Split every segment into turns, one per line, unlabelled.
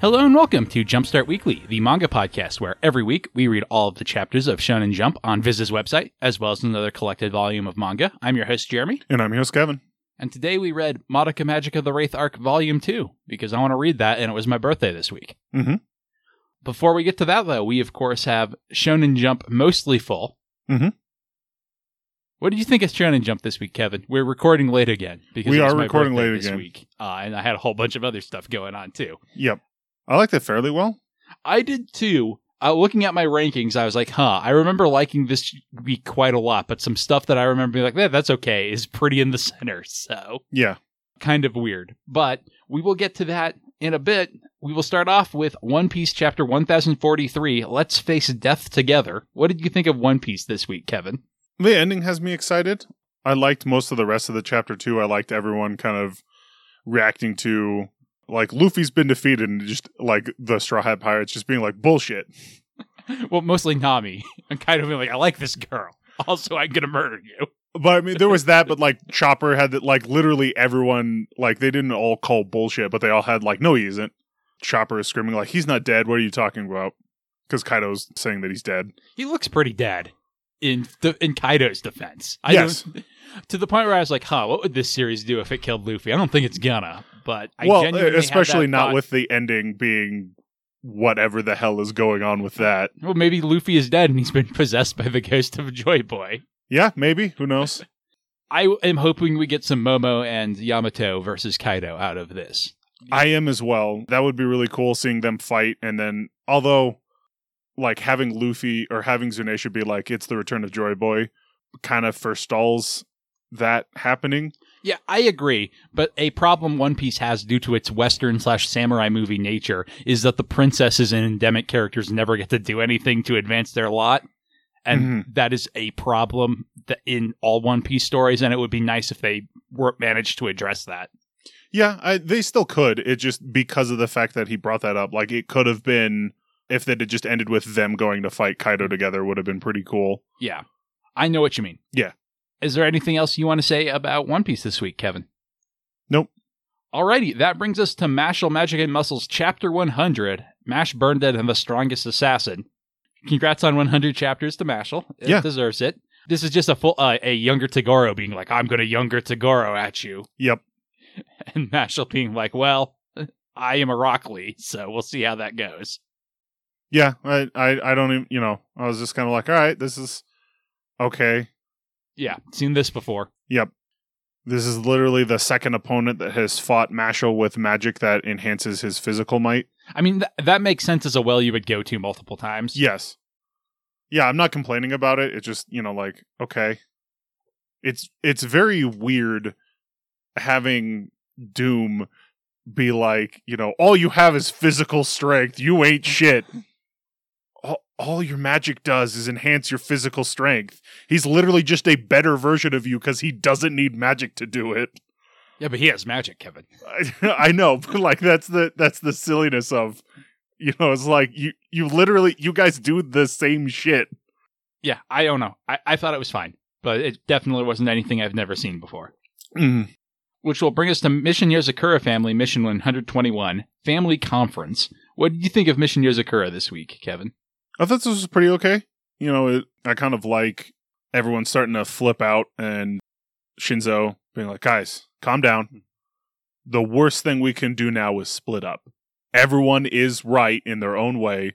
Hello and welcome to Jumpstart Weekly, the manga podcast where every week we read all of the chapters of Shonen Jump on Viz's website, as well as another collected volume of manga. I'm your host, Jeremy,
And I'm your host, Kevin.
and today we read Modica Magica the Wraith Arc Volume 2, because I want to read that and it was my birthday this week.
Mhm.
Before we get to that, though, we of course have Shonen Jump mostly full.
Mhm.
What did you think of Shonen Jump this week, Kevin? We're recording late again because
We
it was
are
my
recording
birthday
late
this
again.
week, uh, and I had a whole bunch of other stuff going on too.
Yep. I liked it fairly well.
I did too. Uh, looking at my rankings, I was like, huh, I remember liking this week quite a lot, but some stuff that I remember being like, yeah, that's okay, is pretty in the center. So
Yeah.
kind of weird. But we will get to that in a bit. We will start off with One Piece chapter 1043 Let's Face Death Together. What did you think of One Piece this week, Kevin?
The ending has me excited. I liked most of the rest of the chapter too. I liked everyone kind of reacting to like Luffy's been defeated and just like the Straw Hat Pirates just being like bullshit.
Well, mostly Nami. I'm kind of being like, I like this girl. Also, I'm going to murder you.
But I mean there was that, but like Chopper had that like literally everyone like they didn't all call bullshit, but they all had like, no he isn't. Chopper is screaming like he's not dead, what are you talking about? Because Kaido's saying that he's dead.
He looks pretty dead in the, in Kaido's defense. I
Yes.
don't- to the point where I was like, "Huh, what would this series do if it killed Luffy?" I don't think it's gonna, but I
well, e,
genuinely had
especially
that
not
thought,
with the ending being whatever the hell is going on with that.
Well, maybe Luffy is dead and he's been possessed by the ghost of Joy Boy.
Yeah, maybe. Who knows?
I am hoping we get some Momo and Yamato versus Kaido out of this.
I am as well. That would be really cool seeing them fight and then although like having Luffy or having Tsunade be like it's the return of Joy Boy kind of forestalls that happening.
Yeah, I agree. But a problem One Piece has due to its Western slash samurai movie nature is that the princesses and endemic characters never get to do anything to advance their lot. And that is a problem that in all One Piece stories. And it would be nice if they were managed to address that.
Yeah, I, they still could. It just because of the fact that he brought that up, like it could have been if that had just ended with them going to fight Kaido together would have been pretty cool.
Yeah. I know what you mean.
Yeah.
Is there anything else you want to say about One Piece this week, Kevin?
Nope.
Alrighty, that brings us to Mashal Magic and Muscles Chapter 100 Mash Burned Dead and the Strongest Assassin. Congrats on 100 chapters to Mashal. It
Yeah.
deserves it. This is just a full uh, a younger Tagoro being like, I'm going to younger Tagoro at you.
Yep.
And Mashal being like, well, I am a Rockley, so we'll see how that goes.
Yeah, I, I, I don't even, you know, I was just kind of like, all right, this is okay.
Yeah, seen this before.
This is literally the second opponent that has fought Mashal with magic that enhances his physical might.
I mean, th- that makes sense as a well you would go to multiple times.
Yes. Yeah, I'm not complaining about it. It's just, you know, like, okay. It's it's very weird having Doom be like, you know, all you have is physical strength. You ain't shit. All, all your magic does is enhance your physical strength. He's literally just a better version of you because he doesn't need magic to do it.
Yeah, but he has magic, Kevin.
I, I know, but like that's the that's the silliness of you know, it's like you you literally you guys do the same shit.
Yeah, I don't know. I, I thought it was fine, but it definitely wasn't anything I've never seen before.
Mm-hmm.
Which will bring us to Mission Yozakura Family Mission 121 Family Conference. What did you think of Mission Yozakura this week, Kevin?
I thought this was pretty okay. You know, it, I kind of like everyone starting to flip out and Shinzo being like, guys, calm down. The worst thing we can do now is split up. Everyone is right in their own way,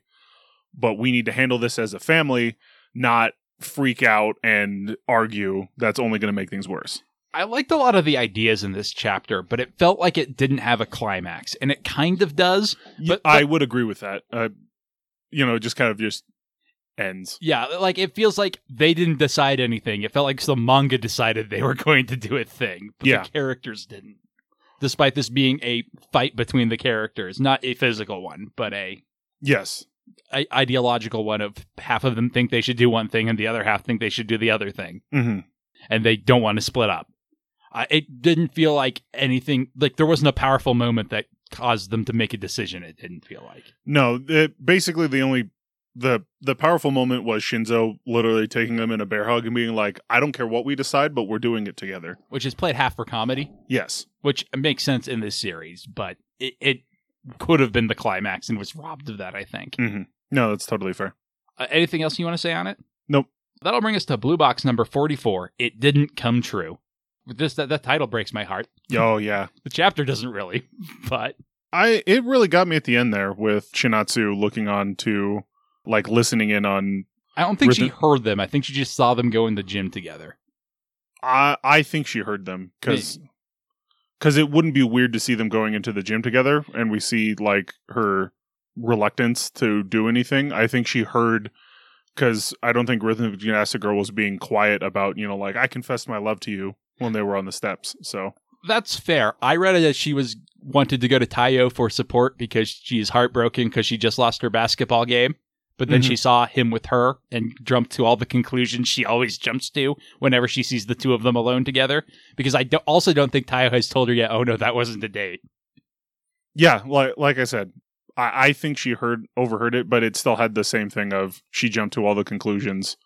but we need to handle this as a family, not freak out and argue. That's only going to make things worse.
I liked a lot of the ideas in this chapter, but it felt like it didn't have a climax, and it kind of does. But-
But I would agree with that. Uh, you know, it just kind of just ends.
Yeah, like it feels like they didn't decide anything. It felt like the manga decided they were going to do a thing, but
Yeah.
the characters didn't. Despite this being a fight between the characters, not a physical one, but a,
Yes.
a ideological one of half of them think they should do one thing and the other half think they should do the other thing,
Mm-hmm.
and they don't want to split up. Uh, it didn't feel like anything like there wasn't a powerful moment that caused them to make a decision. It didn't feel like.
No, the basically the only the the powerful moment was Shinzo literally taking them in a bear hug and being like, "I don't care what we decide, but we're doing it together."
Which is played half for comedy.
Yes.
which makes sense in this series, but it, it could have been the climax and was robbed of that, I think.
No, that's totally fair.
Uh, anything else you want to say on it?
Nope.
That'll bring us to Blue Box number 44. It didn't come true. This that, that title breaks my heart.
Oh yeah.
The chapter doesn't really, but
I it really got me at the end there with Shinatsu looking on to like listening in on
I don't think she
Rhythm-
heard them. I think she just saw them go in the gym together.
I I think she heard them cuz cuz it wouldn't be weird to see them going into the gym together and we see like her reluctance to do anything. I think she heard cuz I don't think Rhythm Gymnastic Girl was being quiet about, you know, like I confessed my love to you when they were on the steps. So,
That's fair. I read it as she was wanted to go to Taiyo for support because she is heartbroken because she just lost her basketball game. But then
Mhm.
she saw him with her and jumped to all the conclusions she always jumps to whenever she sees the two of them alone together. Because I do- also don't think Taiyo has told her yet. Oh no, that wasn't a date.
yeah, like like I said, I I think she heard overheard it, but it still had the same thing of she jumped to all the conclusions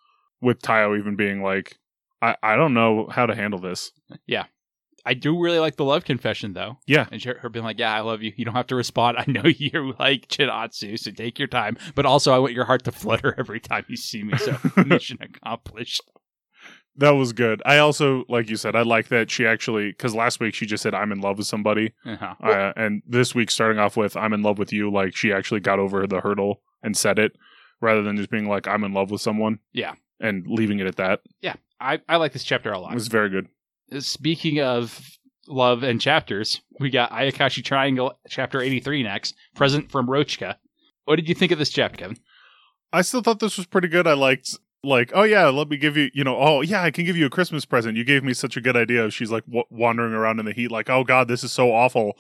with Tayo even being like I, I don't know how to handle this.
I do really like the love confession though.
Yeah.
And her her being like, "Yeah, I love you. You don't have to respond. I know you like Chinatsu, so take your time. But also, I want your heart to flutter every time you see me. So mission accomplished."
That was good. I also, like you said, I like that she actually because last week she just said I'm in love with somebody,
Uh-huh.
uh, and this week starting off with I'm in love with you, like she actually got over the hurdle and said it rather than just being like I'm in love with someone.
Yeah.
and leaving it at that
I, I like this chapter a
It
lot.
was very good.
Speaking of love and chapters, we got Ayakashi Triangle chapter 83 next, present from Rochka. What did you think of this chapter, Kevin?
I still thought this was pretty good. I liked like oh yeah, let me give you you know oh yeah I can give you a Christmas present. You gave me such a good idea. She's like w- wandering around in the heat like oh god this is so awful.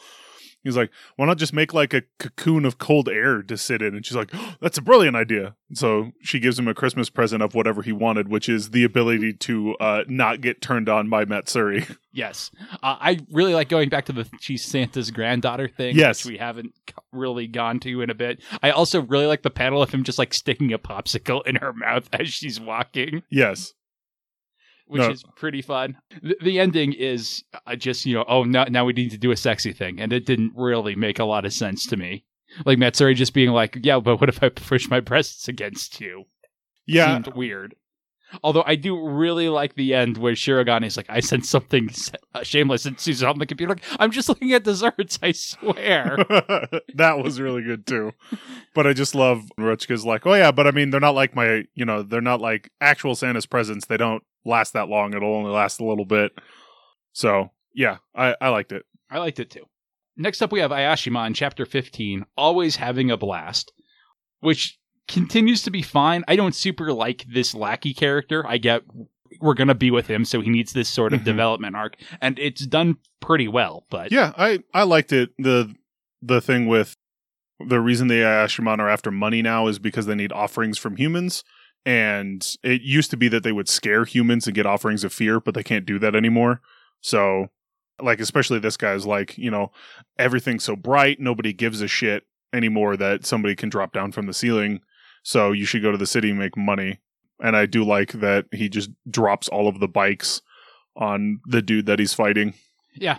He's like, why not just make like a cocoon of cold air to sit in? And she's like, oh, that's a brilliant idea. So she gives him a Christmas present of whatever he wanted, which is the ability to uh, not get turned on by Matsuri.
Yes. Uh, I really like going back to the she's Santa's granddaughter thing,
Yes.
which we haven't c- really gone to in a bit. I also really like the panel of him just like sticking a popsicle in her mouth as she's walking.
yes.
which
No.
is pretty fun. The, the ending is uh, just you know, oh no, now we need to do a sexy thing, and it didn't really make a lot of sense to me. Like Matsuri just being like, yeah, but what if I push my breasts against you?
Yeah.
Seemed weird. Although I do really like the end where Shiragani's like, I sent something s- uh, shameless, and Susan's on the computer like, I'm just looking at desserts, I swear.
that was really good too. But I just love Rochka's like, oh yeah, but I mean, they're not like my, you know, they're not like actual Santa's presents. They don't last that long. It'll only last a little bit. So yeah, I, I liked it.
I liked it too. Next up, we have Ayashima in chapter 15, always having a blast, which continues to be fine. I don't super like this lackey character. I get we're going to be with him, so he needs this sort of
Mhm.
development arc, and it's done pretty well, but
Yeah, I, I liked it. The, the thing with the reason the Ashimon are after money now is because they need offerings from humans. And it used to be that they would scare humans and get offerings of fear, but they can't do that anymore. So, like, especially this guy's like, you know, everything's so bright, nobody gives a shit anymore that somebody can drop down from the ceiling. So you should go to the city and make money. And I do like that he just drops all of the bikes on the dude that he's fighting.
I,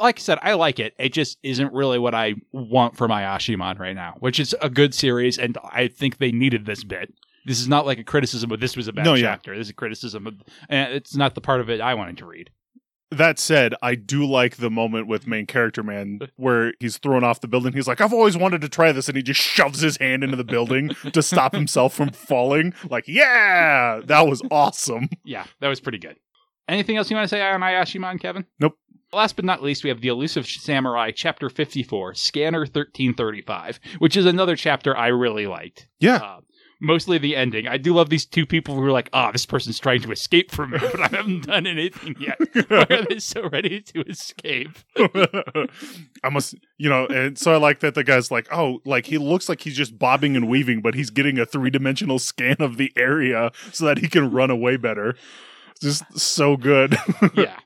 like I said, I like it. It just isn't really what I want from Ayashimon right now, which is a good series, and I think they needed this bit. This is not like a criticism of this was a bad
No, yeah.
chapter. This is a criticism of, and it's not the part of it I wanted to read.
That said, I do like the moment with main character man where he's thrown off the building. He's like, I've always wanted to try this. And he just shoves his hand into the building to stop himself from falling. Like, yeah, that was awesome.
yeah, that was pretty good. Anything else you want to say on Ayashimon, Kevin?
Nope.
Last but not least, we have The Elusive Samurai, Chapter 54, Scanner 1335, which is another chapter I really liked.
Yeah.
Uh, mostly the ending. I do love these two people who are like, ah, this person's trying to escape from me, but I haven't done anything yet. Why are they so ready to escape?
I must, you know, and so I like that the guy's like, oh, like he looks like he's just bobbing and weaving, but he's getting a three dimensional scan of the area so that he can run away better. Just so good.
yeah.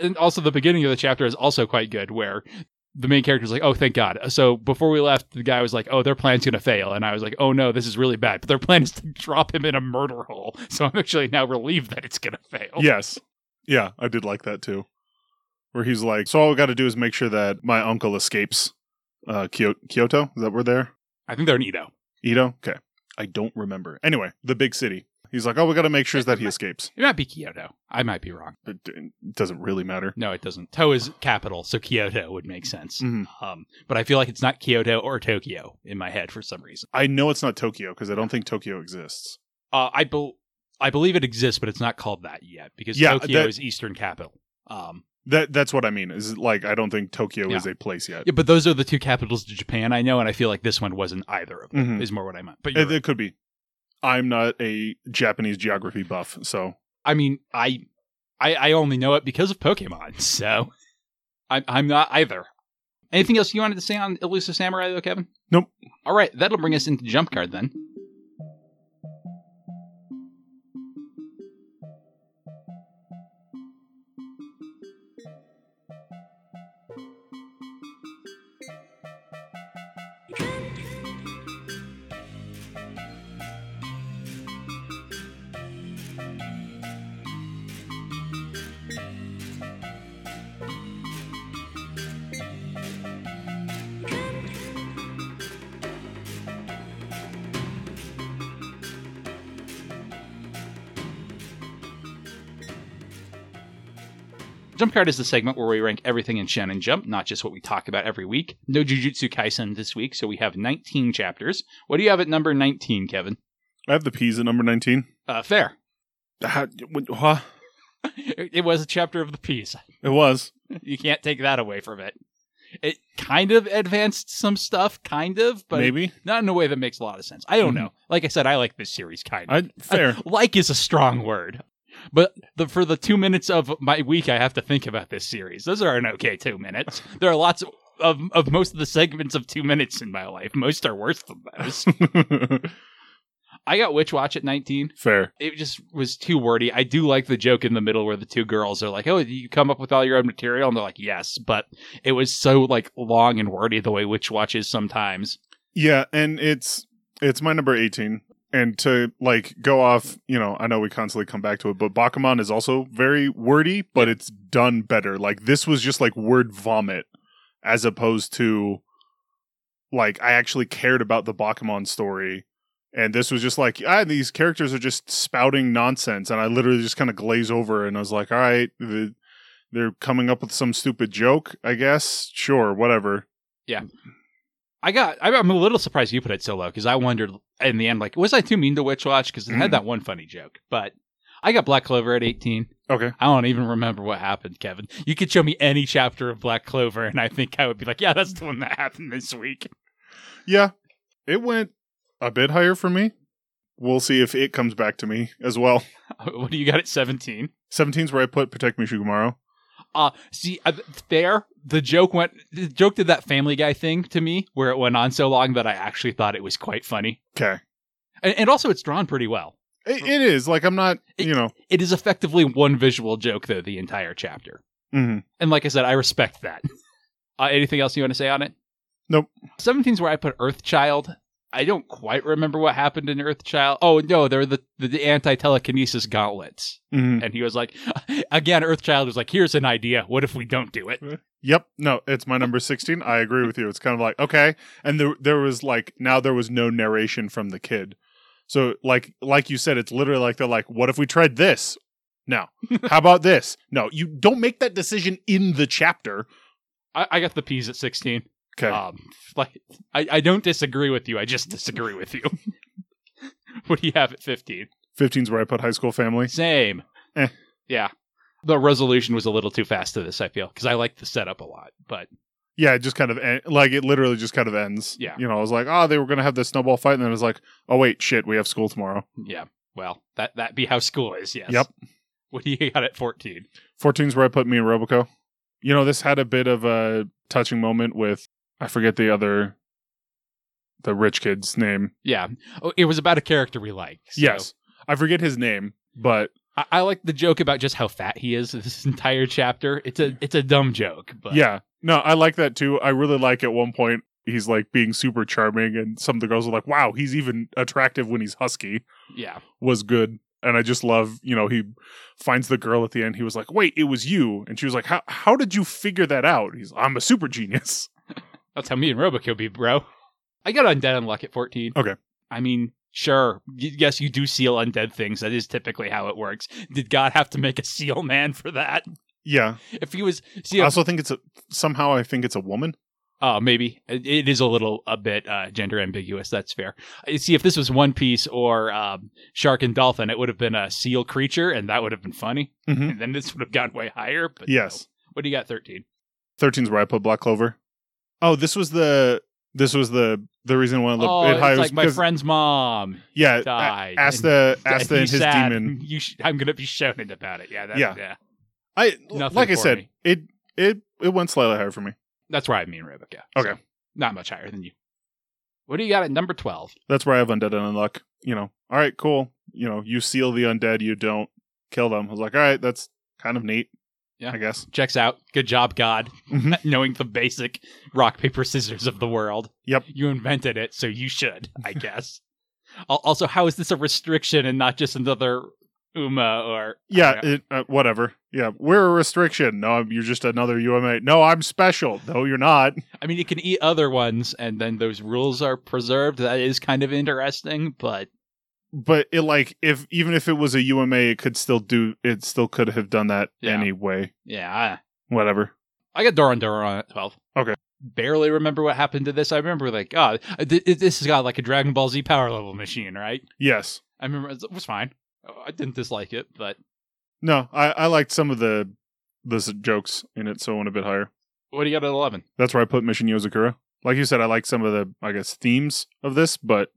And also, the beginning of the chapter is also quite good, where the main character's like, "Oh, thank God." So before we left, the guy was like, "Oh, their plan's gonna fail," and I was like, "Oh no, this is really bad." But their plan is to drop him in a murder hole, so I'm actually now relieved that it's gonna fail.
Yes. Yeah, I did like that too. Where he's like, so all I got to do is make sure that my uncle escapes. uh, Kyo- Kyoto. Is that where they're?
I think they're in Edo.
Ito? Okay. I don't remember. Anyway, the big city. He's like, oh, we got to make sure that he escapes.
It might be Kyoto. I might be wrong.
It d- doesn't really matter.
No, it doesn't. To is capital, so Kyoto would make sense.
Mhm.
Um, but I feel like it's not Kyoto or Tokyo in my head for some reason.
I know it's not Tokyo because I don't think Tokyo exists.
Uh, I bel I believe it exists, but it's not called that yet because
Yeah,
Tokyo
that-
is Eastern capital. Um,
That that's what I mean. Is like I don't think Tokyo
Yeah.
is a place yet.
yeah, but those are the two capitals to Japan I know, and I feel like this one wasn't either of them.
Mhm.
Is more what I meant. But
It,
you're
it could be. I'm not a Japanese geography buff, so
I mean, I, I, I only know it because of Pokemon, so I'm, I'm not either. Anything else you wanted to say on Elusive Samurai, though, Kevin?
Nope.
All right, that'll bring us into Jump Card then. Jump Card is the segment where we rank everything in Shonen Jump, not just what we talk about every week. No Jujutsu Kaisen this week, so we have 19 chapters. What do you have at number 19, Kevin?
I have the P's at number nineteen.
Uh, fair.
How, wh- huh?
It it was a chapter of the piece.
It was.
You can't take that away from it. It kind of advanced some stuff, kind of, but
Maybe.
not in a way that makes a lot of sense. I don't
Mhm.
know. Like I said, I like this series kind of.
I fair.
like is a strong word, but the, for the two minutes of my week, I have to think about this series. Those are an okay two minutes. There are lots of. Of, of most of the segments of two minutes in my life, most are worse than those. I got Witch Watch at 19.
fair.
It just was too wordy. I do like the joke in the middle where the two girls are like, Oh, you come up with all your own material? And they're like, Yes, but it was so like long and wordy the way Witch Watch is sometimes.
Yeah, and it's it's my number eighteen. And to like go off, you know, I know we constantly come back to it, but Bakuman is also very wordy, but it's done better. Like this was just like word vomit, as opposed to like I actually cared about the Bakuman story. And this was just like, ah, these characters are just spouting nonsense. And I literally just kind of glaze over and I was like, all right, the, they're coming up with some stupid joke, I guess. Sure, whatever.
I got. I- I'm a little surprised you put it so low because I wondered in the end, like, was I too mean to Witch Watch? Because it had that one funny joke. But I got Black Clover at 18.
Okay.
I don't even remember what happened, Kevin. You could show me any chapter of Black Clover, and I think I would be like, yeah, that's the one that happened this week.
Yeah, it went a bit higher for me. We'll see if it comes back to me as well.
what do you got at 17?
17's where I put Protect Me Shugamaru.
Uh see, uh, there the joke went. The joke did that Family Guy thing to me, where it went on so long that I actually thought it was quite funny,
Okay.
and, and also it's drawn pretty well.
It, it is. Like, I'm not, you know.
It is effectively one visual joke though the entire chapter.
hmm
And like I said, I respect that. Uh, anything else you want to say on it?
Nope.
17's where I put Earthchild. I don't quite remember what happened in Earthchild. Oh, no, they're the, the, anti telekinesis gauntlets.
hmm
And he was like, again, Earthchild was like, here's an idea. What if we don't do it?
Yep. No, it's my number 16. I agree with you. It's kind of like, okay. And there, there was like, now there was no narration from the kid. So, like, like you said, it's literally like they're like, what if we tried this? No. How about this? No, you don't make that decision in the chapter.
I, I got the P's at 16.
Okay.
Um, like, I, I don't disagree with you. I just disagree with you. what do you have at 15?
15's where I put High School Family.
Same.
Eh.
Yeah. The resolution was a little too fast to this, I feel, because I like the setup a lot. But
yeah, it just kind of en- like it literally just kind of ends.
Yeah.
you know, I was like, oh, they were gonna have the snowball fight, and then it was like, oh wait, shit, we have school tomorrow.
Yeah. Well, that that be how school is. Yes.
Yep.
What do you got at fourteen?
14's where I put me and Robico. You know, this had a bit of a touching moment with I forget the other, the rich kid's name.
Yeah. Oh, it was about a character we like. so-
Yes, I forget his name, but
I, I like the joke about just how fat he is. This entire chapter. It's a it's a dumb joke, but
yeah, no, I like that too. I really like at one point he's like being super charming, and some of the girls are like, wow, he's even attractive when he's husky.
yeah.
was good. And I just love, you know, he finds the girl at the end. He was like, "Wait, it was you," and she was like, "How how did you figure that out?" He's, "I'm a super genius."
That's how me and Robo could be, bro. I got undead unluck at 14.
Okay.
I mean, sure. Y- yes, you do seal undead things. That is typically how it works. Did God have to make a seal man for that?
Yeah.
If he was, see,
I
if-
also think it's a somehow I think it's a woman.
Oh, maybe it, it is a little a bit uh, gender ambiguous. That's fair. Uh, See, if this was One Piece or um, Shark and Dolphin, it would have been a seal creature, and that would have been funny.
Mm-hmm.
And then this would have gone way higher. But
Yes.
no. What do you got? Thirteen.
13's where I put Black Clover. Oh, this was the this was the the reason why I looked
oh,
it
it's
high was
like my
because-
friend's mom.
yeah,
died
ask
and-
the ask
You
and his
sad.
demon.
You sh- I'm gonna be shouting about it. Yeah. That,
Yeah.
yeah.
I
Nothing
like I
for
said
me.
it it it went slightly higher for me.
That's where I mean Rebecca.
Okay.
So, not much higher than you. What do you got at number twelve?
That's where I have undead and unluck. You know, all right, cool. You know, you seal the undead, you don't kill them. I was like, all right, that's kind of neat.
Yeah.
I guess.
Checks out. Good job, God.
Mhm.
Knowing the basic rock, paper, scissors of the world.
Yep.
You invented it, so you should, I guess. Al- also, how is this a restriction and not just another UMA or.
Yeah, it, uh, whatever. Yeah, we're a restriction. No, I'm- you're just another UMA. No, I'm special. No, you're not.
I mean, it can eat other ones, and then those rules are preserved. That is kind of interesting, but
But it like if even if it was a UMA, it could still do. It still could have done that
Yeah.
anyway.
yeah. I-
Whatever.
I got Doron Doron at 12.
Okay.
Barely remember what happened to this. I remember, like, oh, th- th- this has got like a Dragon Ball Z power level machine, right?
Yes.
I remember it was fine. Oh, I didn't dislike it, but
No, I I liked some of the the s- jokes in it, so I went a bit higher.
what do you got at 11?
That's where I put Mission Yozakura. Like you said, I like some of the I guess themes of this, but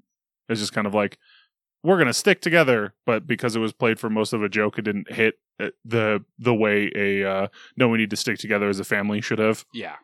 it's just kind of like we're gonna stick together. But because it was played for most of a joke, it didn't hit uh, the the way a uh, no, we need to stick together as a family should have.
Yeah.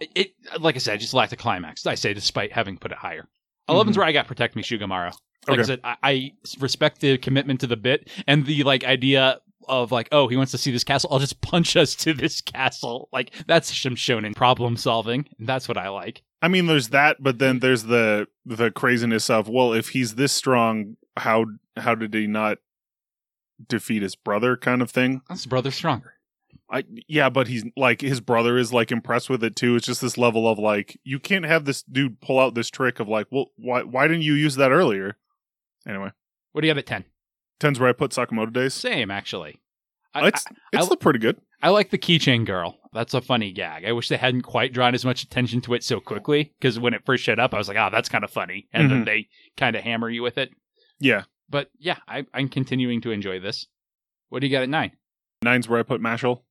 It, it- like I said, just lacked a climax. I say, despite having put it higher. 11's where I got Protect Me Shugamaro. Like
Mm-hmm. Okay.
I said, I, I respect the commitment to the bit and the like idea of like, oh, he wants to see this castle. I'll just punch us to this castle. Like that's some shonen problem solving. That's what I like.
I mean, there's that, but then there's the the craziness of well, if he's this strong, how how did he not defeat his brother? Kind of thing.
That's brother stronger.
I yeah, but he's like his brother is like impressed with it too. It's just this level of like you can't have this dude pull out this trick of like, well, why why didn't you use that earlier? Anyway,
What do you have at ten?
tens where I put Sakamoto days.
Same actually. I,
It's it's
I-
still pretty good.
I like the keychain girl. That's a funny gag. I wish they hadn't quite drawn as much attention to it so quickly because when it first showed up, I was like, oh, that's kind of funny. And then
Mhm.
they kind of hammer you with it.
Yeah,
But yeah, I, I'm continuing to enjoy this. What do you got at nine?
nines where I put Mashal.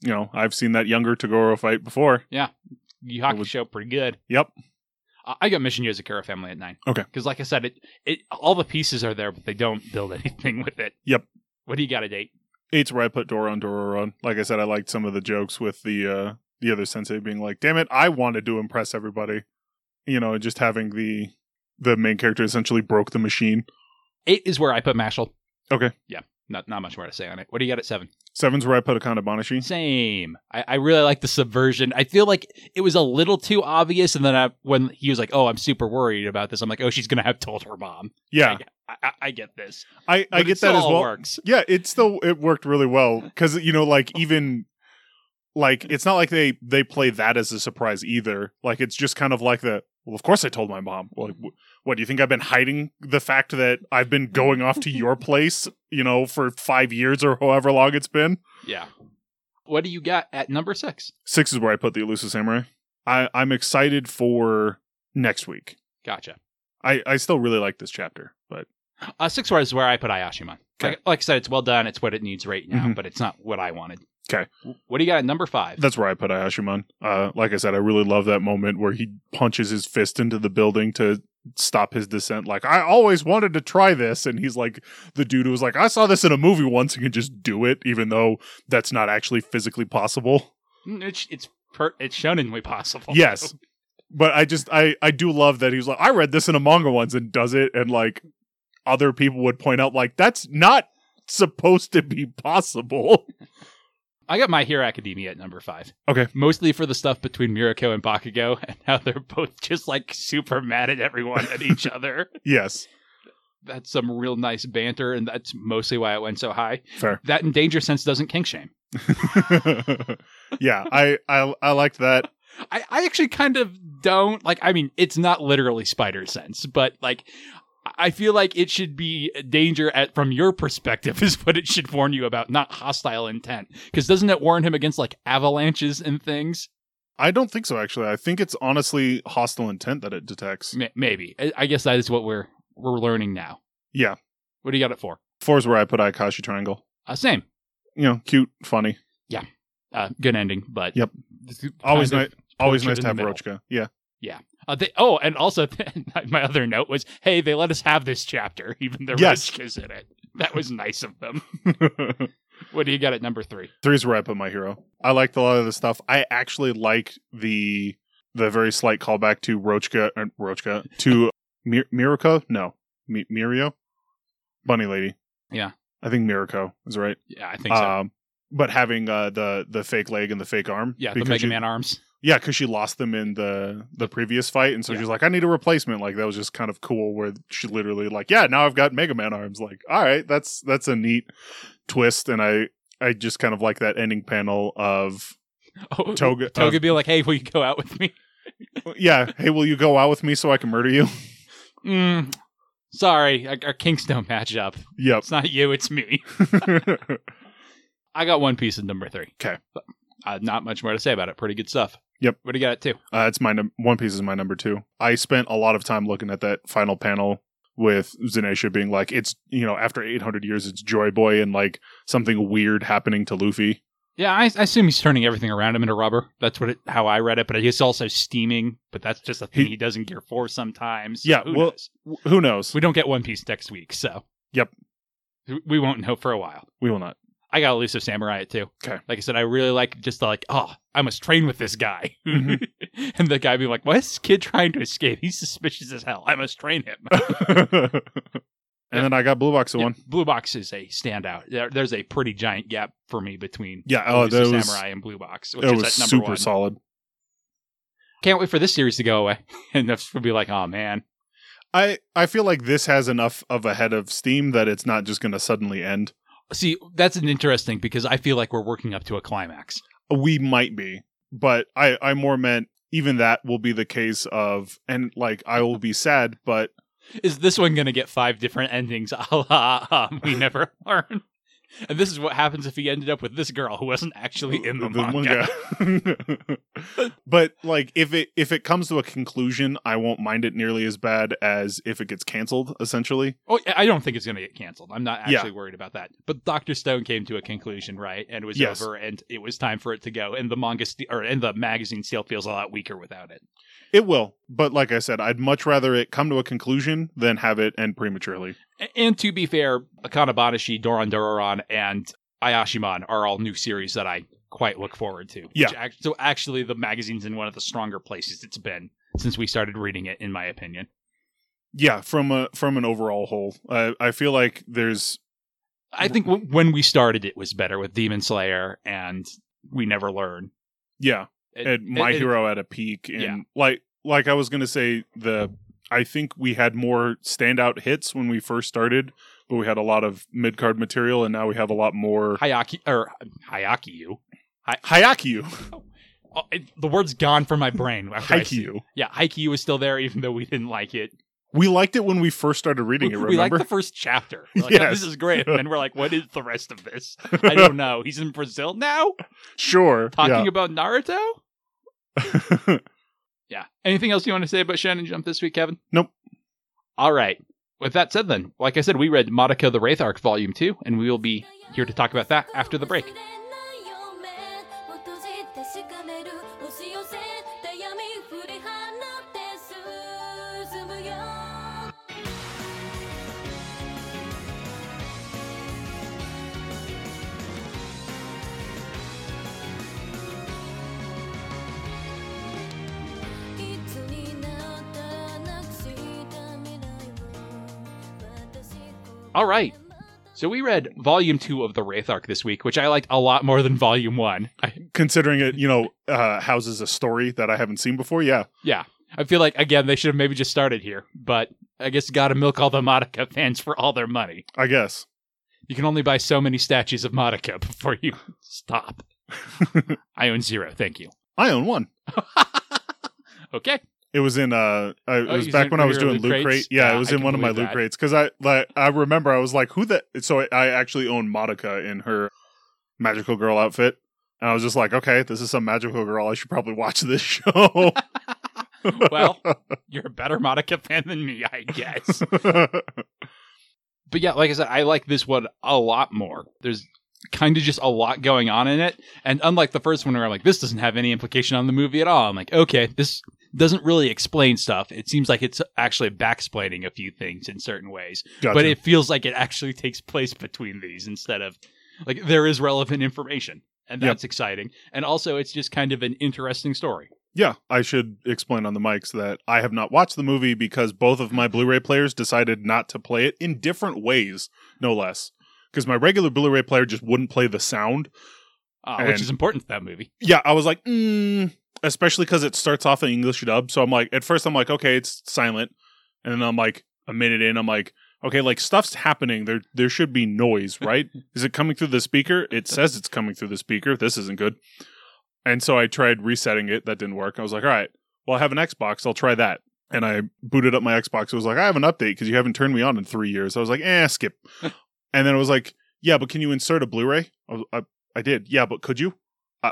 You know, I've seen that younger Tagoro fight before.
You hockey
would-
show pretty good.
Yep.
I- I got Mission Yozakura Family at nine.
Okay.
Because like I said, it, it all the pieces are there, but they don't build anything with it.
Yep.
What do you got at eight?
Eight's where I put Doron Dororon. Like I said, I liked some of the jokes with the uh the other sensei being like, "Damn it, I wanted to impress everybody," you know, and just having the the main character essentially broke the machine.
Eight is where I put Mashal.
Okay.
Yeah. Not not much more to say on it. What do you got at seven?
Seven's where I put Akana Banashi.
Same. I, I really like the subversion. I feel like it was a little too obvious, and then I, when he was like, "Oh, I'm super worried about this," I'm like, "Oh, she's gonna have told her mom."
Yeah,
I, I, I get this.
I, I
But it
get that as
still
well.
Works.
Yeah, it still it worked really well because you know, like even like it's not like they they play that as a surprise either. Like it's just kind of like the well, of course I told my mom. Well, Like, wh- what do you think I've been hiding the fact that I've been going off to your place, you know, for five years or however long it's been?
Yeah. What do you got at number six?
Six is where I put the elusive samurai. I I'm excited for next week.
Gotcha.
I I still really like this chapter, but
Uh, six is where I put Ayashima.
Okay.
Like, like I said, it's well done. It's what it needs right now,
Mhm.
but it's not what I wanted.
'Kay.
What do you got at number five?
That's where I put Ayashimon. Uh, like I said, I really love that moment where he punches his fist into the building to stop his descent. Like, I always wanted to try this. And he's like, the dude who was like, I saw this in a movie once and can just do it, even though that's not actually physically possible.
Mm, it's it's per, it's shonenly possible.
Yes. But I just, I, I do love that he was like, I read this in a manga once and does it. And like, other people would point out, like, that's not supposed to be possible.
I got My Hero Academia at number five.
Okay.
Mostly for the stuff between Mirako and Bakugo and how they're both just like super mad at everyone at each other.
yes.
That's some real nice banter, and that's mostly why it went so high.
Fair.
That in danger sense doesn't kink shame.
yeah, I, I I liked that.
I, I actually kind of don't like. I mean, it's not literally spider sense, but like, I feel like it should be danger at from your perspective is what it should warn you about, not hostile intent. Because doesn't it warn him against like avalanches and things?
I don't think so. Actually, I think it's honestly hostile intent that it detects.
M- maybe. I, I guess that is what we're we're learning now.
Yeah,
What do you got it for?
four's where I put Aikashi Triangle.
Uh, same.
You know, cute, funny.
Uh, good ending, but
Yep.
This is
Always
kind
nice.
of-
Always
tortured
nice to
in
have
the
Rochka. Yeah.
Uh, they, oh, and also my other note was, hey, they let us have this chapter, even though
Yes.
Risk is in it. That was nice of them. What do you got at number three?
Three's where I put my hero. I liked a lot of the stuff. I actually like the the very slight callback to Rochka and Rochka to Mir- Mirko. No, Mi Mirio, Bunny Lady.
Yeah.
I think Mirko is right.
Yeah, I think so.
Um, but having uh, the the fake leg and the fake arm.
yeah, the
because
Mega
she-
Man arms.
Yeah, because she lost them in the the previous fight, and so
Yeah.
she's like, "I need a replacement." Like that was just kind of cool, where she literally like, "Yeah, now I've got Mega Man arms." Like, all right, that's that's a neat twist, and I I just kind of like that ending panel of
Oh,
Toga. uh,
Toga be like, hey, will you go out with me?
of- yeah, hey, will you go out with me so I can murder you?
Mm, sorry, our, our kinks don't match up.
yep.
It's not you, it's me. I got one piece in number three.
'Kay.
But, Uh, not much more to say about it. Pretty good stuff.
Yep.
What do you got at two?
Uh, it's my num- One Piece is my number two. I spent a lot of time looking at that final panel with Zenesha being like, "It's you know, after 800 years, it's Joy Boy and like something weird happening to Luffy."
Yeah, I, I assume he's turning everything around him into rubber. That's what it, how I read it. But he's also steaming. But that's just a thing he,
He-
does in Gear Four sometimes.
Yeah,
who
well-
knows?
Wh- Who knows?
we don't get One Piece next week, so
Yep.
we, we won't know for a while.
We will not.
I got Elusive Samurai at two.
'Kay.
like I said, I really like just the, like oh, I must train with this guy,
Mhm.
and the guy being like, "Why is this kid trying to escape? He's suspicious as hell. I must train him."
and then I got Blue Box
Yeah,
one.
Blue Box is a standout. There, there's a pretty giant gap for me between
Yeah, oh, that
Elusive
was
Samurai and Blue Box, which
that
is
was
at number
super
one.
solid.
Can't wait for this series to go away. and that's will be like, oh man.
I I feel like this has enough of a head of steam that it's not just going to suddenly end.
See, that's an interesting because I feel like we're working up to a climax.
We might be, but I I more meant even that will be the case of and like I will be sad, but
Is this one going to get five different endings? A la, um, we never learn. And this is what happens if he ended up with this girl who wasn't actually in the, manga.
manga. but like if it if it comes to a conclusion, I won't mind it nearly as bad as if it gets canceled. Essentially,
Oh, I don't think it's going to get canceled. I'm not actually
Yeah.
worried about that. But Doctor Stone came to a conclusion, right? And it was
Yes.
over, and it was time for it to go. And the manga st- or and the magazine still feels a lot weaker without it.
It will, but like I said, I'd much rather it come to a conclusion than have it end prematurely.
A- And to be fair, Akanabanashi, Doron Dororon, and Ayashimon are all new series that I quite look forward to. which
Yeah.
act- so actually, the magazine's in one of the stronger places it's been since we started reading it, in my opinion.
Yeah, from a from an overall whole, I I feel like there's
I think w- when we started, it was better with Demon Slayer and We Never Learn.
yeah,
It-
and my
it- it-
hero at a peak, and
Yeah.
like like I was gonna say the I think we had more standout hits when we first started, but we had a lot of mid card material, and now we have a lot more
Hayaki or um, Hayakiyu.
Hayakyu,
Oh, it, the word's gone from my brain. after I see-
Haikyuu.
Yeah, Haikyuu is still there, even though we didn't like it.
We liked it when we first started
We,
reading it.
we liked
Remember?
the first chapter. We're like, oh,
Yes.
this is great. And then we're like, what is the rest of this? I don't know. He's in Brazil now?
sure.
Talking about Naruto?
yeah.
Yeah. Anything else you want to say about Shonen Jump this week, Kevin?
Nope.
All right. With that said, then, like I said, we read Madoka the Wraith Arc Volume 2, and we will be here to talk about that after the break.
押し寄せた闇振り放って進むよ「いつになったらなくした未来を私こ
All right. So we read Volume 2 of the Wraith Arc this week, which I liked a lot more than Volume 1. I,
Considering it, you know, uh, houses a story that I haven't seen before. Yeah.
Yeah. I feel like again they should have maybe just started here, but I guess gotta milk all the Madoka fans for all their money.
I guess.
You can only buy so many statues of Madoka before you stop. I own zero, thank you.
I own one.
okay.
It was in uh, I, it
Oh,
was
you
back
said
when I
we
was
were
doing
loot
loot
crates?
crate. Yeah,
Yeah,
it was
I
in
can
one of my
believe
loot
that.
crates because I like I remember I was like, who the? So I, I actually own Monica in her magical girl outfit, and I was just like, okay, this is some magical girl. I should probably watch this show.
Well, you're a better Monica fan than me, I guess. but yeah, like I said, I like this one a lot more. There's kind of just a lot going on in it. And unlike the first one where I'm like, this doesn't have any implication on the movie at all. I'm like, okay, this doesn't really explain stuff. It seems like it's actually backsplaining a few things in certain ways.
Gotcha.
But it feels like it actually takes place between these instead of like there is relevant information. And
Yep.
that's exciting. And also it's just kind of an interesting story.
Yeah, I should explain on the mics that I have not watched the movie because both of my Blu-ray players decided not to play it in different ways, no less. Because my regular Blu-ray player just wouldn't play the sound.
Uh, which
And-
is important to that movie.
Yeah, I was like, mm, especially because it starts off in English dub. So I'm like, at first I'm like, okay, it's silent, and then I'm like, a minute in, I'm like, okay, like stuff's happening. There, there should be noise, right? Is it coming through the speaker? It says it's coming through the speaker. This isn't good. And so I tried resetting it. That didn't work. I was like, all right, well, I have an Xbox. I'll try that. And I booted up my Xbox. It was like, I have an update because you haven't turned me on in three years. I was like, eh, skip. and then it was like, yeah, but can you insert a Blu-ray? I, was, I, I did. Yeah, but could you? Uh,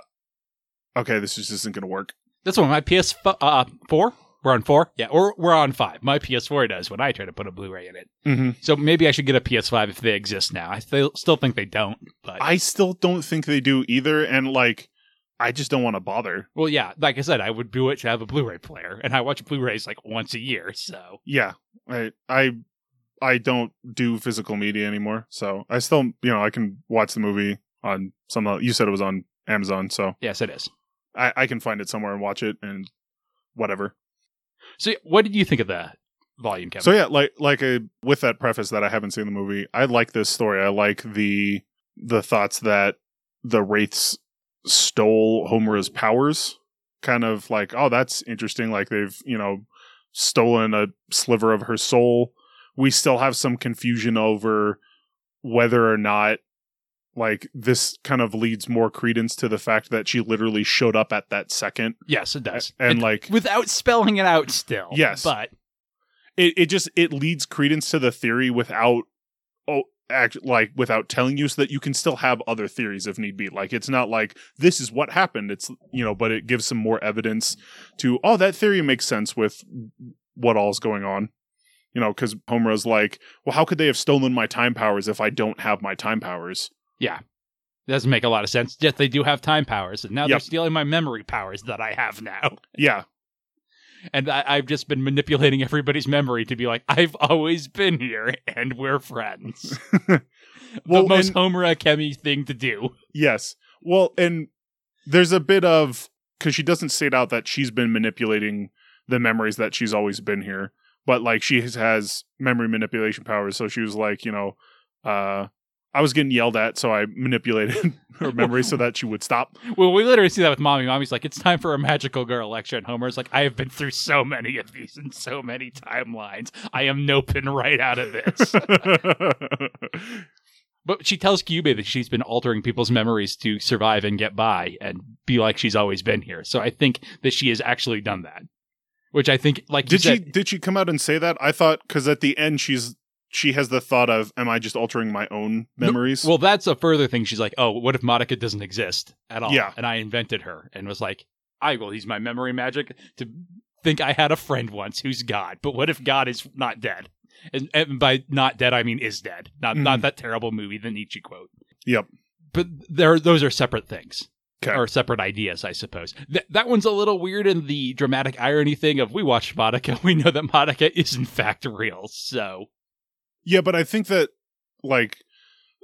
okay, this just isn't going to work.
That's one. My PS uh, four. We're on four. Yeah, or we're on five. My PS4 does when I try to put a Blu-ray in it.
Mm-hmm.
So maybe I should get a PS5 if they exist now. I still still think they don't. But
I still don't think they do either. And like, I just don't want to bother.
well, yeah, like I said, I would do it to have a Blu-ray player, and I watch Blu-rays like once a year. So
Yeah, I, I, I don't do physical media anymore. So I still, you know, I can watch the movie on some. uh, You said it was on Amazon, so
yes, it is.
I, I can find it somewhere and watch it and whatever.
So what did you think of the volume, Kevin?
So yeah, like like a with that preface that I haven't seen the movie, I like this story. I like the the thoughts that the wraiths stole Homura's powers. Kind of like, oh, that's interesting. Like they've you know stolen a sliver of her soul. We still have some confusion over whether or not like this kind of leads more credence to the fact that she literally showed up at that second
yes, it does.
and
It-
like
without spelling it out, still.
Yes.
but
it, it just it leads credence to the theory without oh act, like without telling you so that you can still have other theories if need be like it's not like this is what happened it's you know but it gives some more evidence to oh that theory makes sense with what all's going on you know because homura's like well how could they have stolen my time powers if i don't have my time powers
it doesn't make a lot of sense. Yet they do have time powers, and now they're
Yep.
stealing my memory powers that I have now.
yeah
and I, I've just been manipulating everybody's memory to be like, I've always been here, and we're friends.
Well,
the most
and-
Homer Akemi thing to do.
Yes. Well, and there's a bit of because she doesn't state out that she's been manipulating the memories that she's always been here, but like she has, has memory manipulation powers. So she was like, you know, uh, I was getting yelled at, so I manipulated her memory so that she would stop.
Well, we literally see that with Mommy. Mommy's like, it's time for a magical girl lecture, and Homer's like, I have been through so many of these and so many timelines. I am noping right out of this. but she tells Kyube that she's been altering people's memories to survive and get by and be like she's always been here. So I think that she has actually done that. Which I think, like, you
did she
said-
did she come out and say that? I thought because at the end she's she has the thought of, am I just altering my own
No,
memories?
Well, that's a further thing. She's like, oh, what if Monica doesn't exist at all?
Yeah.
And I invented her and was like, I will use my memory magic to think I had a friend once who's God. But what if God is not dead? And, and by not dead, I mean is dead. Not
Mhm.
not that terrible movie, the Nietzsche quote.
Yep.
But there, those are separate things.
'Kay.
Or separate ideas, I suppose. Th- that one's a little weird in the dramatic irony thing of we watched Monica. We know that Monica is in fact real. So
Yeah, but I think that like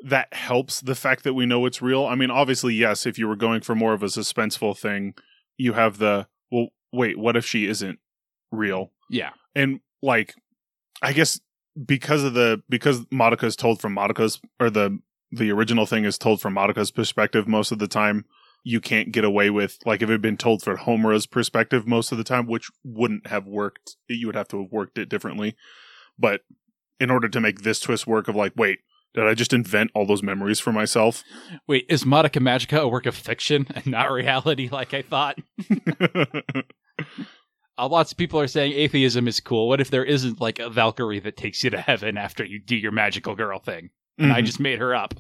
that helps the fact that we know it's real. I mean, obviously, yes, if you were going for more of a suspenseful thing, you have the well, wait, what if she isn't real?
yeah,
And like I guess because of the because Monica is told from Monica's or the the original thing is told from Monica's perspective most of the time, you can't get away with like if it had been told from Homura's perspective most of the time, which wouldn't have worked. You would have to have worked it differently. But in order to make this twist work of like, wait, Did I just invent all those memories for myself?
Wait, is Madoka Magica a work of fiction and not reality like I thought? Uh, lots of people are saying atheism is cool. What if there isn't like a Valkyrie that takes you to heaven after you do your magical girl thing? And I
Mhm.
just made her up.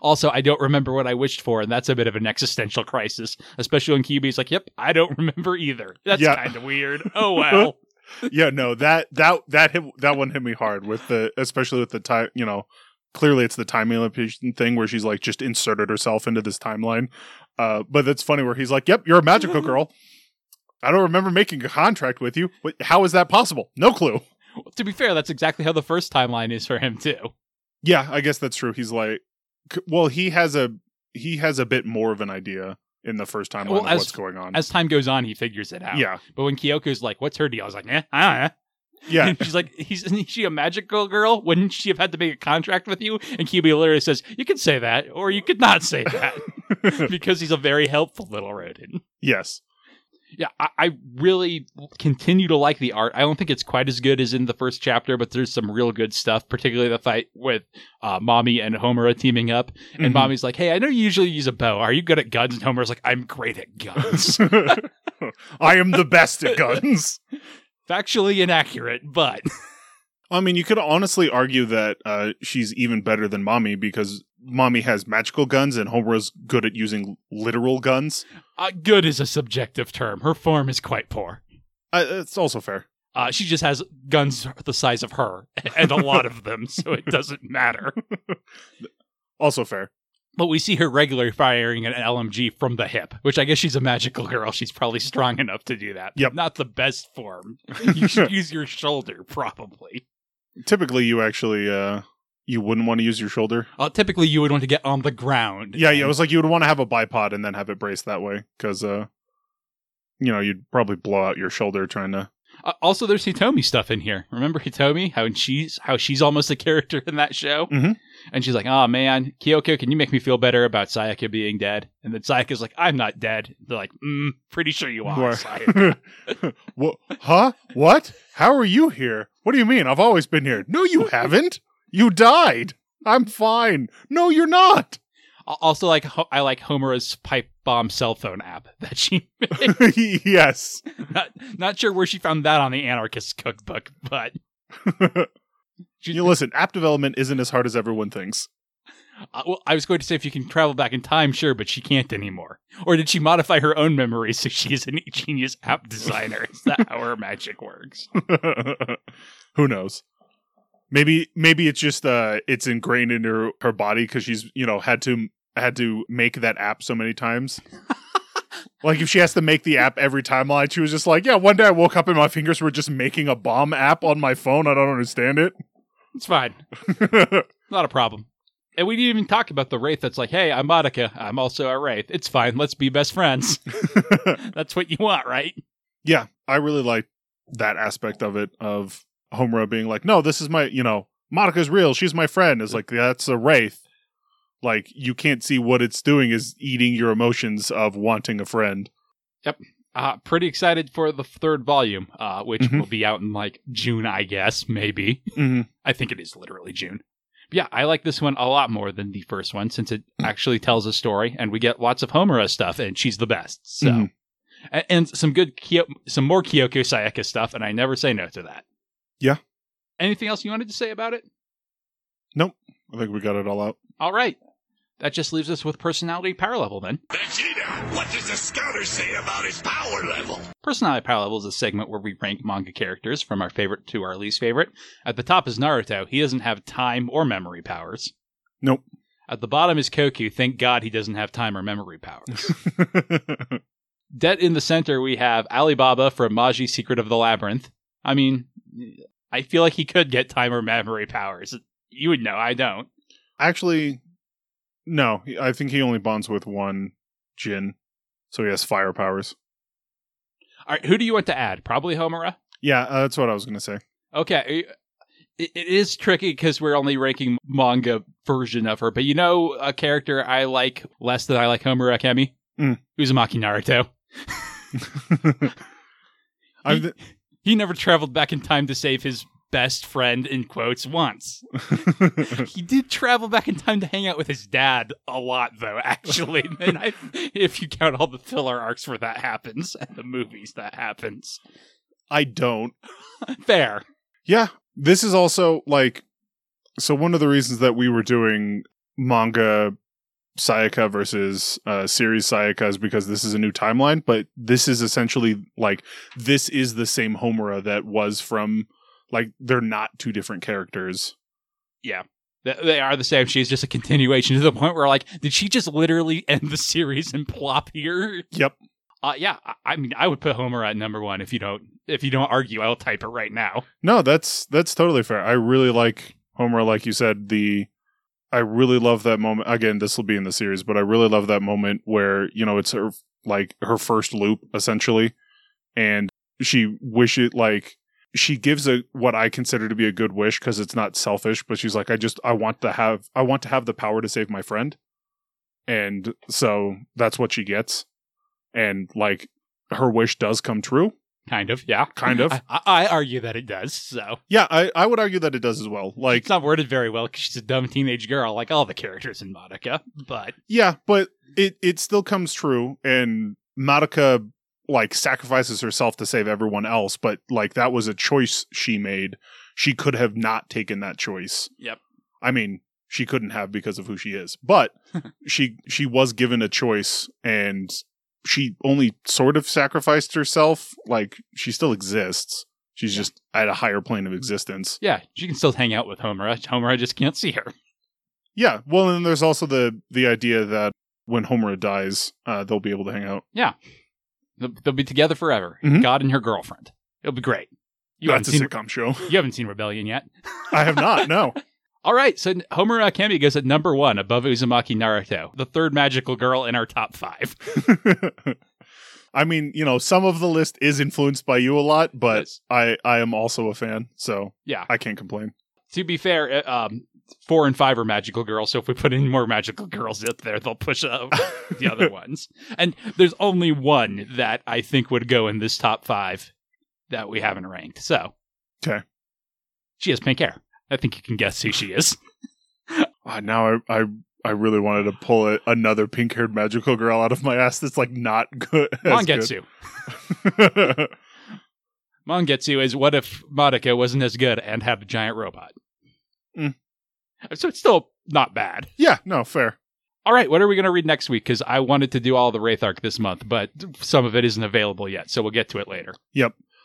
Also, I don't remember what I wished for, and that's a bit of an existential crisis, especially when QB's like, yep, I don't remember either. That's
Yeah.
kind of weird. Oh, well.
yeah, no that that that hit, that one hit me hard with the especially with the time. You know, clearly it's the time manipulation thing where she's like just inserted herself into this timeline. Uh, but that's funny where he's like, "Yep, you're a magical girl." I don't remember making a contract with you. What, how is that possible? No clue.
to be fair, that's exactly how the first timeline is for him, too.
Yeah, I guess that's true. He's like, c- well, he has a he has a bit more of an idea in the first timeline
Well,
of
as-
what's going on.
As time goes on, he figures it out.
yeah,
But when Kyoko's like, what's her deal? I was like, eh, I don't know.
yeah,
And she's like, He's, isn't she a magical girl? Wouldn't she have had to make a contract with you? And QB literally says, you could say that, or you could not say that, because he's a very helpful little rodent.
yes.
Yeah, I, I really continue to like the art. I don't think it's quite as good as in the first chapter, but there's some real good stuff, particularly the fight with uh, Mommy and Homura teaming up. And
Mhm.
Mommy's like, hey, I know you usually use a bow. Are you good at guns? And Homura's like, I'm great at guns.
I am the best at guns.
Factually inaccurate, but
I mean, you could honestly argue that uh, she's even better than mommy because mommy has magical guns and Homura's good at using literal guns.
uh, good is a subjective term. Her form is quite poor.
Uh, it's also fair.
Uh, she just has guns the size of her and a lot of them, so it doesn't matter.
Also fair.
But we see her regularly firing an LMG from the hip, which I guess she's a magical girl. She's probably strong enough to do that.
Yep.
Not the best form. You should use your shoulder, probably.
Typically, you actually uh, you wouldn't want to use your shoulder.
Uh, typically, you would want to get on the ground.
Yeah, yeah. It
and-
was like you would want to have a bipod and then have it braced that way because, uh, you know, you'd probably blow out your shoulder trying to.
Uh, also, there's Hitomi stuff in here. Remember Hitomi? How she's how she's almost a character in that show.
Mhm.
And she's like, "Oh man, Kyoko, can you make me feel better about Sayaka being dead?" And then Sayaka's like, "I'm not dead." They're like, mm, "Pretty sure you are."
You are.
Sayaka."
Wha- huh? What? How are you here? What do you mean? I've always been here. No, you haven't. You died. I'm fine. No, you're not.
Al- also, like ho- I like Homura's pipe bomb cell phone app that she made.
yes.
not, not sure where she found that on the anarchist cookbook, but she,
You listen, app development isn't as hard as everyone thinks.
Uh, well, I was going to say if you can travel back in time, sure, but she can't anymore. Or did she modify her own memories so she is a genius app designer? Is that how her magic works?
Who knows? Maybe maybe it's just uh it's ingrained into her, her body cuz she's, you know, had to had to make that app so many times. like if she has to make the app every timeline, she was just like, yeah, one day I woke up and my fingers were just making a bomb app on my phone. I don't understand it.
It's fine, not a problem. And we didn't even talk about the wraith that's like, hey, I'm Monica. I'm also a wraith. It's fine. Let's be best friends. that's what you want, right?
yeah, I really like that aspect of it of Homura being like, no, this is my, you know, Monica's real. She's my friend. Is like that's a wraith. Like you can't see what it's doing is eating your emotions of wanting a friend.
Uh, pretty excited for the third volume, uh, which
Mhm.
will be out in like June, I guess, maybe.
Mm-hmm.
I think it is literally June. But yeah, I like this one a lot more than the first one since it actually tells a story and we get lots of Homura stuff and she's the best. So
Mhm.
A- and some good Kyo- some more Kyoko Sayaka stuff and I never say no to that.
Yeah.
Anything else you wanted to say about it?
I think we got it all out.
All right. That just leaves us with personality power level then.
Vegeta, what does the scouter say about his power level?
Personality Power Level is a segment where we rank manga characters from our favorite to our least favorite. At the top is Naruto. He doesn't have time or memory powers.
Nope.
At the bottom is Koku. Thank God he doesn't have time or memory powers. Dead in the center, we have Alibaba from Maji Secret of the Labyrinth. I mean, I feel like he could get time or memory powers. You would know, I don't.
Actually, no, I think he only bonds with one Jin, so he has fire powers.
All right, who do you want to add? Probably Homura?
Yeah, uh, that's what I was gonna say.
Okay. uh, It, it is tricky because we're only ranking manga version of her, but you know a character I like less than I like Homer Akemi?
Mm.
Uzumaki Naruto.
I
He never traveled back in time to save his best friend in quotes once. he did travel back in time to hang out with his dad a lot, though. Actually, and I, if you count all the filler arcs where that happens and the movies that happens,
I don't.
fair.
Yeah. This is also like so one of the reasons that we were doing manga Sayaka versus uh series Sayaka is because this is a new timeline, but this is essentially like this is the same Homura that was from like they're not two different characters.
Th- They are the same. She's just a continuation to the point where, like, did she just literally end the series and plop here?
Yep.
Uh, yeah, I, I mean, I would put Homer at number one if you don't if you don't argue. I'll type it right now.
No, that's that's totally fair. I really like Homer, like you said. The I really love that moment. Again, this will be in the series, but I really love that moment where you know it's her like her first loop essentially, and she wishes like she gives a what I consider to be a good wish because it's not selfish, but she's like, I just I want to have I want to have the power to save my friend, and so that's what she gets, and like her wish does come true.
Kind of, yeah,
Kind of.
I, I I argue that it does. So
Yeah, I I would argue that it does as well. Like
it's not worded very well because she's a dumb teenage girl, like all the characters in Monica. But
Yeah, but it it still comes true, and Madoka like sacrifices herself to save everyone else, but like that was a choice she made. She could have not taken that choice.
Yep.
I mean, she couldn't have because of who she is, but she she was given a choice, and she only sort of sacrificed herself. Like she still exists. She's just at a higher plane of existence.
yeah, she can still hang out with Homer. Homer, just can't see her.
Yeah. Well, and there's also the the idea that when Homura dies, uh, they'll be able to hang out.
They'll, they'll be together forever.
Mhm.
God and her girlfriend. It'll be great. You
That's a
haven't seen
sitcom show.
you haven't seen Rebellion yet.
I have not. No.
All right, so Homer Akemi goes at number one above Uzumaki Naruto, the third magical girl in our top five.
I mean, you know, some of the list is influenced by you a lot, but
Yes.
I I am also a fan, so
Yeah.
I can't complain.
to be fair, uh, um, four and five are magical girls. So if we put in more magical girls out there, they'll push up the other ones. And there's only one that I think would go in this top five that we haven't ranked. So,
'Kay.
she has pink hair. I think you can guess who she is.
Ah, now I I I really wanted to pull a, another pink haired magical girl out of my ass. That's like not good. as
Mongetsu.
good.
Mongetsu is what if Madoka wasn't as good and had a giant robot?
Mm.
So it's still not bad.
yeah. No. Fair.
All right, what are we going to read next week? Because I wanted to do all the Wraith arc this month, but some of it isn't available yet, so we'll get to it later.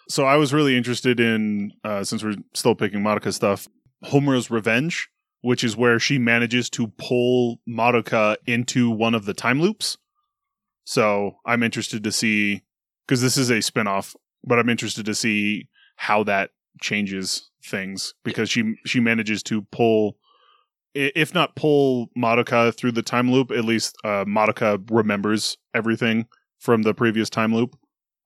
So I was really interested in uh, since we're still picking Madoka stuff, Homer's revenge, which is where she manages to pull Madoka into one of the time loops. So I'm interested to see because this is a spinoff, but I'm interested to see how that changes things because she she manages to pull i- if not pull Madoka through the time loop, at least uh, Madoka remembers everything from the previous time loop.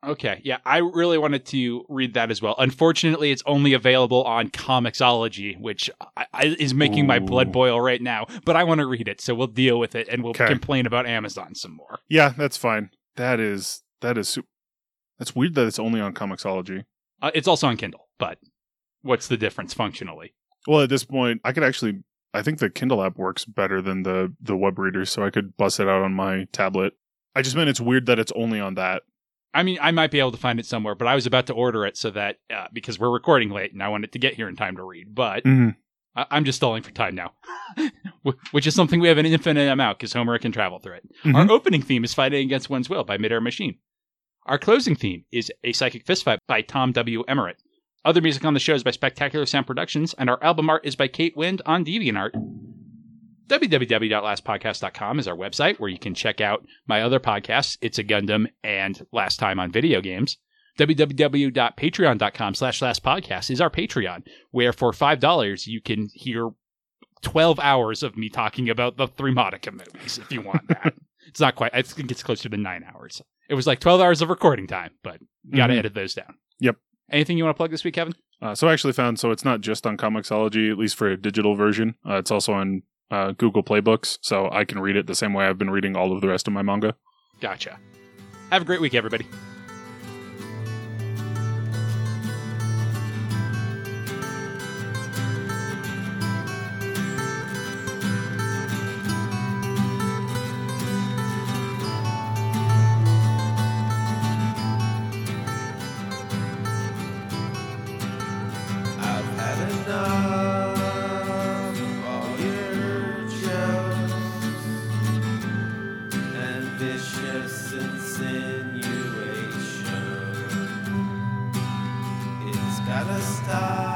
Okay, yeah, I really wanted to read that as well. Unfortunately, it's only available on Comixology, which I, I, is making my blood
Ooh.
boil right now. But I want to read it, so we'll deal with it and we'll
Okay.
complain about Amazon some more.
Yeah, that's fine. That is that is su- that's weird that it's only on Comixology.
Uh, it's also on Kindle, but what's the difference functionally?
Well, at this point, I could actually I think the Kindle app works better than the the web reader, so I could bust it out on my tablet. I just meant it's weird that it's only on that.
I mean, I might be able to find it somewhere, but I was about to order it so that uh, because we're recording late and I wanted to get here in time to read, but
Mhm.
I- I'm just stalling for time now, Wh- which is something we have an infinite amount because Homer can travel through it.
Mhm.
Our opening theme is Fighting Against One's Will by Midair Machine. Our closing theme is A Psychic Fistfight by Tom W. Emmerich. Other music on the show is by Spectacular Sound Productions, and our album art is by Kate Wind on DeviantArt. www.lastpodcast.com is our website where you can check out my other podcasts, It's a Gundam and Last Time on Video Games. www.patreon.com slash last podcast is our Patreon, where for $5 you can hear 12 hours of me talking about the three Modica movies if you want that. It's not quite. I think it's closer to nine hours. It was like twelve hours of recording time, but got to
Mhm.
edit those down.
Yep.
Anything you want to plug this week, Kevin?
Uh, so I actually found so it's not just on Comixology, at least for a digital version. Uh, it's also on uh, Google Playbooks, so I can read it the same way I've been reading all of the rest of my manga.
Gotcha. Have a great week, everybody.
「
gotta stop.